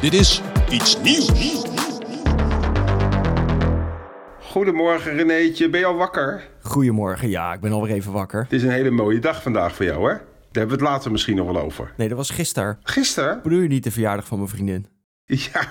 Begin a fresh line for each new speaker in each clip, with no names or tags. Dit is iets nieuws.
Goedemorgen Renéetje, ben je al wakker?
Goedemorgen, ja, ik ben alweer even wakker.
Het is een hele mooie dag vandaag voor jou, hè? Daar hebben we het later misschien nog wel over.
Nee, dat was gisteren.
Gisteren?
Bedoel je niet de verjaardag van mijn vriendin?
Ja,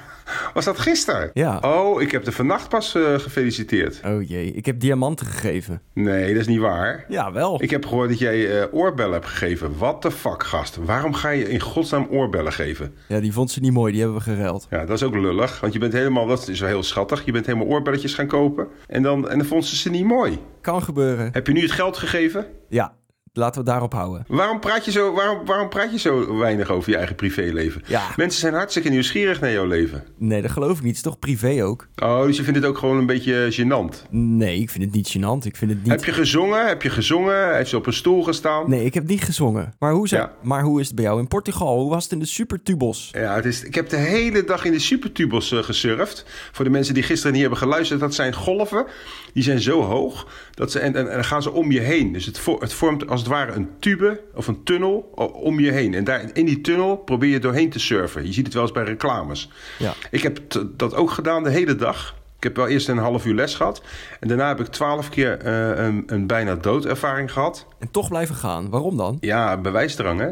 was dat gisteren?
Ja.
Oh, ik heb de vannacht pas eh, gefeliciteerd.
Oh jee, ik heb diamanten gegeven.
Nee, dat is niet waar.
Ja, wel.
Ik heb gehoord dat jij eh, oorbellen hebt gegeven. What the fuck, gast? Waarom ga je in godsnaam oorbellen geven?
Ja, die vond ze niet mooi, die hebben we geruild.
Ja, dat is ook lullig, want je bent helemaal, dat is wel heel schattig. Je bent helemaal oorbelletjes gaan kopen en dan, en dan vond ze ze niet mooi.
Kan gebeuren.
Heb je nu het geld gegeven?
Ja, laten we het daarop houden.
Waarom praat, je zo, waarom, waarom praat je zo weinig over je eigen privéleven?
Ja.
Mensen zijn hartstikke nieuwsgierig naar jouw leven.
Nee, dat geloof ik niet. Het is toch privé ook?
Oh, dus je vindt het ook gewoon een beetje gênant.
Nee, ik vind het niet gênant. Ik vind het niet...
Heb je gezongen? Heb je gezongen? Heeft ze op een stoel gestaan?
Nee, ik heb niet gezongen. Maar hoe, ze...
Ja.
maar hoe is het bij jou in Portugal? Hoe was het in de supertubos?
Ja, het is, ik heb de hele dag in de supertubels eh, gesurfd. Voor de mensen die gisteren niet hebben geluisterd, dat zijn golven. Die zijn zo hoog dat ze, en, en, en dan gaan ze om je heen. Dus het, vo- het vormt als het ware een tube of een tunnel o- om je heen. En daar, in die tunnel probeer je doorheen te surfen. Je ziet het wel eens bij reclames.
Ja.
Ik heb t- dat ook gedaan de hele dag. Ik heb wel eerst een half uur les gehad. En daarna heb ik twaalf keer eh, een, een bijna doodervaring gehad.
En toch blijven gaan. Waarom dan?
Ja, bewijsdrang hè.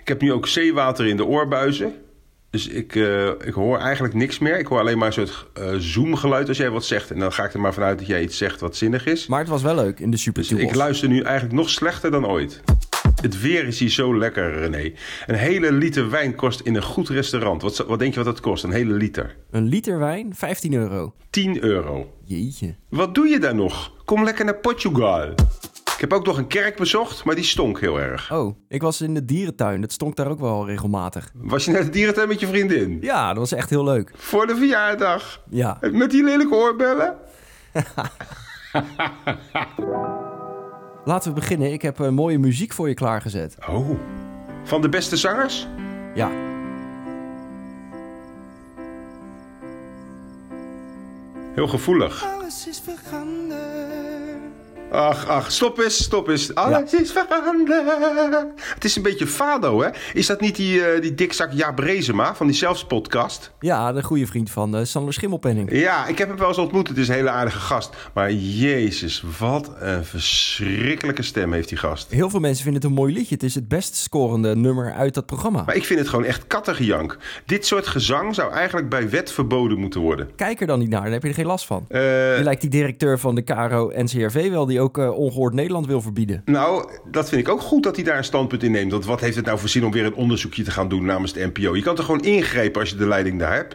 Ik heb nu ook zeewater in de oorbuizen. Dus ik, eh, ik hoor eigenlijk niks meer. Ik hoor alleen maar een soort eh, zoomgeluid als jij wat zegt. En dan ga ik er maar vanuit dat jij iets zegt wat zinnig is.
Maar het was wel leuk in de
Dus
supertubos.
ik luister nu eigenlijk nog slechter dan ooit. Het weer is hier zo lekker, René. Een hele liter wijn kost in een goed restaurant. Wat, zou- wat denk je wat dat kost? Een hele liter.
Een liter wijn, 15 euro.
10 euro.
Jeetje.
Wat doe je daar nog? Kom lekker naar Portugal. Ik heb ook nog een kerk bezocht, maar die stonk heel erg.
Oh, ik was in de dierentuin. Dat stonk daar ook wel regelmatig.
Was je naar de dierentuin met je vriendin?
Ja, dat was echt heel leuk.
Voor de verjaardag.
Ja.
Met die lelijke oorbellen.
Laten we beginnen. Ik heb eh, mooie muziek voor je klaargezet.
Oh. Van de beste zangers?
Ja,
Heel gevoelig.
Alles is veranderd.
Ach, ach. Stop eens, stop eens. Alles is veranderd. Het is een beetje fado, hè? Is dat niet die, eh, die dikzak Jaap Brezema van die zelfspodcast?
ja de goede vriend van eh, Sander Schimmelpenning.
Ja, ik heb hem wel eens ontmoet. Het is een hele aardige gast. Maar jezus, wat een verschrikkelijke stem heeft die gast.
Heel veel mensen vinden het een mooi liedje. Het is het best scorende nummer uit dat programma.
Maar ik vind het gewoon echt kattengejank. Dit soort gezang zou eigenlijk bij wet verboden moeten worden.
Kijk er dan niet naar, dan heb je er geen last van.
Eh,
Je lijkt die directeur van de KRO NCRV wel, die ook eh, ongehoord Nederland wil verbieden.
Nou, dat vind ik ook goed dat hij daar een standpunt in neemt. Want wat heeft het nou voor zin om weer een onderzoekje te gaan doen namens de NPO? Je kan toch gewoon ingrijpen als je de leiding daar hebt?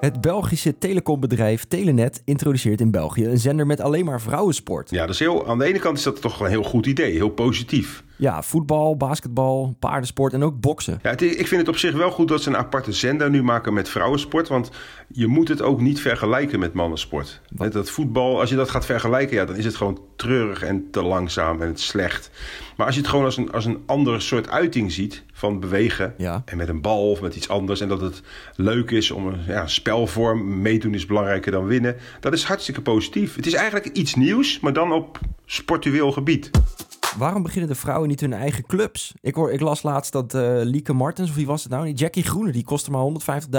Het Belgische telecombedrijf Telenet introduceert in België een zender met alleen maar vrouwensport.
Ja, dat is heel, aan de ene kant is dat toch een heel goed idee, heel positief.
Ja, voetbal, basketbal, paardensport en ook boksen.
Ja, het is- ik vind het op zich wel goed dat ze een aparte zender nu maken met vrouwensport. Want je moet het ook niet vergelijken met mannensport. Met dat voetbal, als je dat gaat vergelijken, ja, dan is het gewoon treurig en te langzaam en het is slecht. Maar als je het gewoon als een, als een ander soort uiting ziet van bewegen.
Ja.
En met een bal of met iets anders. En dat het leuk is om een ja, spelvorm. Meedoen is belangrijker dan winnen. Dat is hartstikke positief. Het is eigenlijk iets nieuws, maar dan op sportueel gebied.
Waarom beginnen de vrouwen niet hun eigen clubs? Ik, hoor, ik las laatst dat eh, Lieke Martens, of wie was het nou? Die Jackie Groene, die kostte maar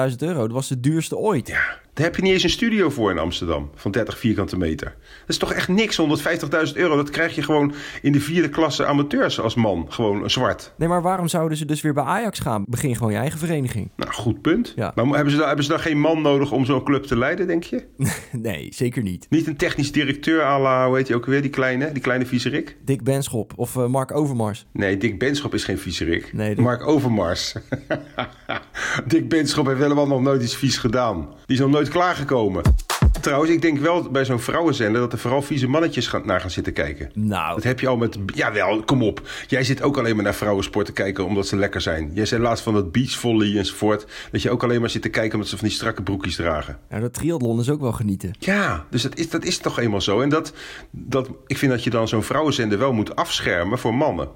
150.000 euro. Dat was de duurste ooit.
Ja, daar heb je niet eens een studio voor in Amsterdam van 30 vierkante meter. Dat is toch echt niks, 150.000 euro. Dat krijg je gewoon in de vierde klasse amateurs als man. Gewoon een zwart.
Nee, maar waarom zouden ze dus weer bij Ajax gaan? Begin gewoon je eigen vereniging.
Nou, goed punt.
Ja.
Maar hebben ze, dan, hebben ze dan geen man nodig om zo'n club te leiden, denk je?
nee, zeker niet.
Niet een technisch directeur à la, hoe heet hij ook weer, die kleine, die kleine viezerik?
Dick Benschop of eh, Mark Overmars.
Nee, Dick Benschop is geen viezerik.
Nee, dat-
Mark Overmars. Dick Benschop heeft helemaal nog nooit iets vies gedaan. Die is nog nooit klaargekomen. trouwens, ik denk wel bij zo'n vrouwenzender dat er vooral vieze mannetjes gaan, naar gaan zitten kijken.
Nou,
Dat heb je al met. Jawel, kom op. Jij zit ook alleen maar naar vrouwensport te kijken omdat ze lekker zijn. Jij zei laatst van dat beachvolley enzovoort. Dat je ook alleen maar zit te kijken omdat ze van die strakke broekjes dragen.
nou, dat triathlon is ook wel genieten.
Ja, dus dat is, dat is toch eenmaal zo. En dat, dat, ik vind dat je dan zo'n vrouwenzender wel moet afschermen voor mannen.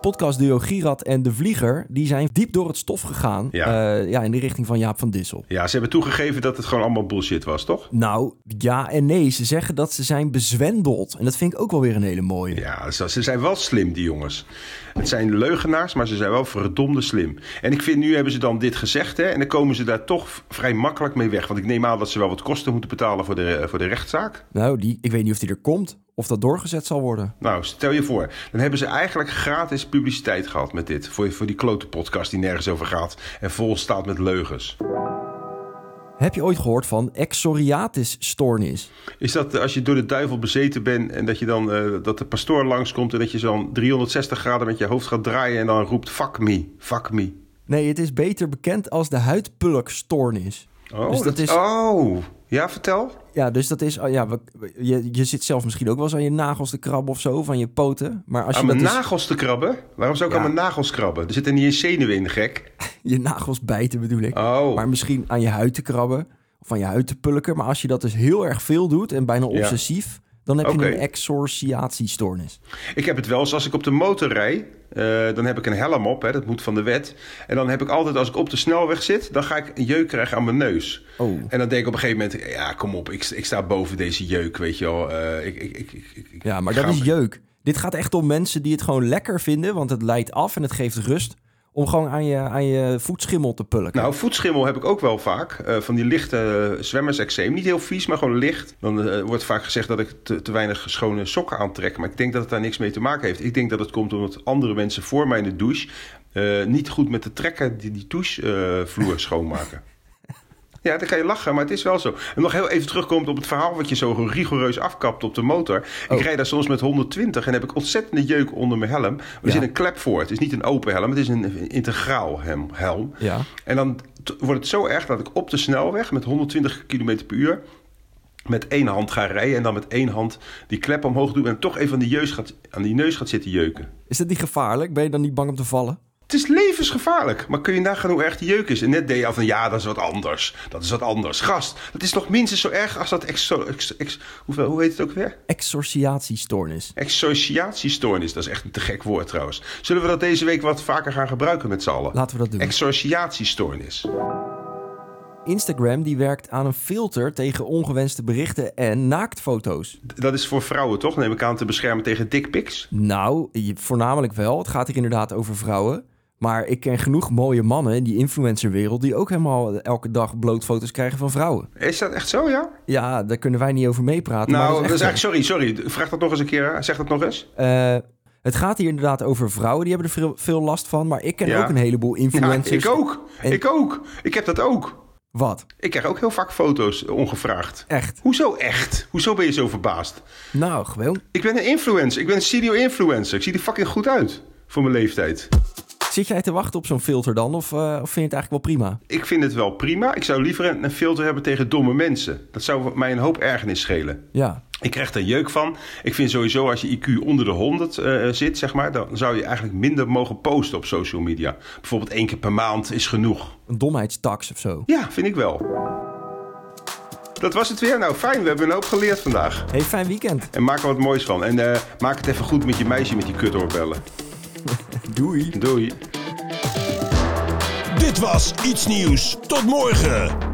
Podcastduo Gierat en De Vlieger, die zijn diep door het stof gegaan.
Ja.
Eh, ja, in de richting van Jaap van Dissel.
Ja, ze hebben toegegeven dat het gewoon allemaal bullshit was, toch?
Nou, ja en nee. Ze zeggen dat ze zijn bezwendeld. En dat vind ik ook wel weer een hele mooie.
Ja, ze ze zijn wel slim, die jongens. Het zijn leugenaars, maar ze zijn wel verdomde slim. En ik vind, nu hebben ze dan dit gezegd, hè, en dan komen ze daar toch v- vrij makkelijk mee weg. Want ik neem aan dat ze wel wat kosten moeten betalen voor de, voor de rechtszaak.
Nou, die, ik weet niet of die er komt. Of dat doorgezet zal worden.
Nou, stel je voor, dan hebben ze eigenlijk gratis publiciteit gehad met dit. Voor, voor die klote podcast die nergens over gaat en vol staat met leugens.
Heb je ooit gehoord van exoriatisstoornis?
Is dat eh, als je door de duivel bezeten bent en dat, je dan, eh, dat de pastoor langskomt en dat je dan 360 graden met je hoofd gaat draaien en dan roept: Fuck me, fuck me.
Nee, het is beter bekend als de huidpulkstoornis.
Oh,
Dus dat is-
oh, ja, vertel.
Ja, dus dat is... oh Ja, we- we- je, je zit zelf misschien ook wel eens aan je nagels te krabben of zo, van je poten. Maar als je
Aan mijn
dat dus-
nagels te krabben? Waarom zou ik
Ja.
aan mijn nagels krabben? Er zitten niet eens zenuwen in, gek.
je nagels bijten bedoel ik.
Oh,
Maar misschien aan je huid te krabben of aan je huid te pulken. Maar als je dat dus heel erg veel doet en bijna
Ja.
obsessief... dan heb
Oké.
je een exorciatiestoornis.
ik heb het wel eens als ik op de motor rijd. eh, dan heb ik een helm op, hè, dat moet van de wet. En dan heb ik altijd, als ik op de snelweg zit, dan ga ik een jeuk krijgen aan mijn neus.
Oh.
En dan denk ik op een gegeven moment, ja, kom op, ik, ik sta boven deze jeuk, weet je wel. Eh, ik, ik, ik, ik, ik-
Ja, maar dat
Gaan
is
we-
jeuk. Dit gaat echt om mensen die het gewoon lekker vinden, want het leidt af en het geeft rust. Om gewoon aan je, aan je voetschimmel te pulken.
Nou, voetschimmel heb ik ook wel vaak. Eh, van die lichte zwemmerseczeem. Niet heel vies, maar gewoon licht. Dan eh, wordt vaak gezegd dat ik te, te weinig schone sokken aantrek. Maar ik denk dat het daar niks mee te maken heeft. Ik denk dat het komt omdat andere mensen voor mij in de douche... eh, niet goed met de trekken die die douchevloer schoonmaken. Ja, dan kan je lachen, maar het is wel zo. En nog heel even terugkomt op het verhaal wat je zo rigoureus afkapt op de motor.
Oh.
Ik rijd daar soms met 120 en heb ik ontzettende jeuk onder mijn helm. Er
Ja.
zit een klep voor. Het is niet een open helm, het is een integraal hem- helm.
Ja.
En dan t- wordt het zo erg dat ik op de snelweg met 120 km per uur met één hand ga rijden en dan met één hand die klep omhoog doe en toch even aan die, jeus gaat, aan die neus gaat zitten jeuken.
Is dat niet gevaarlijk? Ben je dan niet bang om te vallen?
Het is levensgevaarlijk, maar kun je nagaan hoe erg die jeuk is? En net deed je al van, ja, dat is wat anders. Dat is wat anders. Gast, dat is nog minstens zo erg als dat exo... ex- ex- hoeveel, hoe heet het ook weer?
Exorciatiestoornis.
Exociatiestoornis, dat is echt een te gek woord trouwens. Zullen we dat deze week wat vaker gaan gebruiken met z'n allen?
Laten we dat doen.
Exociatiestoornis.
Instagram die werkt aan een filter tegen ongewenste berichten en naaktfoto's.
Dat is voor vrouwen toch, neem ik aan, te beschermen tegen dickpics?
Nou, je- voornamelijk wel. Het gaat hier inderdaad over vrouwen. Maar ik ken genoeg mooie mannen in die influencerwereld... die ook helemaal elke dag blootfoto's krijgen van vrouwen.
Is dat echt zo, ja?
Ja, daar kunnen wij niet over meepraten. maar
Nou,
Nou, dat is echt zo.
eigenlijk, sorry, sorry. Vraag dat nog eens een keer. hè. Zeg dat nog eens.
Eh, het gaat hier inderdaad over vrouwen, die hebben er veel, veel last van. Maar ik ken
Ja.
ook een heleboel
Ja,
influencers.
ik ook.
En-
Ik ook. Ik heb dat ook.
Wat?
Ik krijg ook heel vaak foto's eh, ongevraagd.
Echt?
Hoezo echt? Hoezo ben je zo verbaasd?
Nou, gewoon.
Ik ben een influencer. Ik ben een senior influencer. Ik zie er fucking goed uit voor mijn leeftijd.
Zit jij te wachten op zo'n filter dan? Of, eh, of vind je het eigenlijk wel prima?
Ik vind het wel prima. Ik zou liever een een filter hebben tegen domme mensen. Dat zou mij een hoop ergernis schelen.
Ja.
Ik krijg daar jeuk van. Ik vind sowieso als je IQ onder de 100 eh, zit, zeg maar, dan zou je eigenlijk minder mogen posten op social media. Bijvoorbeeld één keer per maand is genoeg.
Een domheidstax of zo.
Ja, vind ik wel. Dat was het weer. Nou, fijn. We hebben een hoop geleerd vandaag.
Hey, fijn weekend.
En maak er wat moois van. En eh, maak het even goed met je meisje met die kutoorbellen.
Doei.
Doei.
Dit was Iets Nieuws. Tot morgen.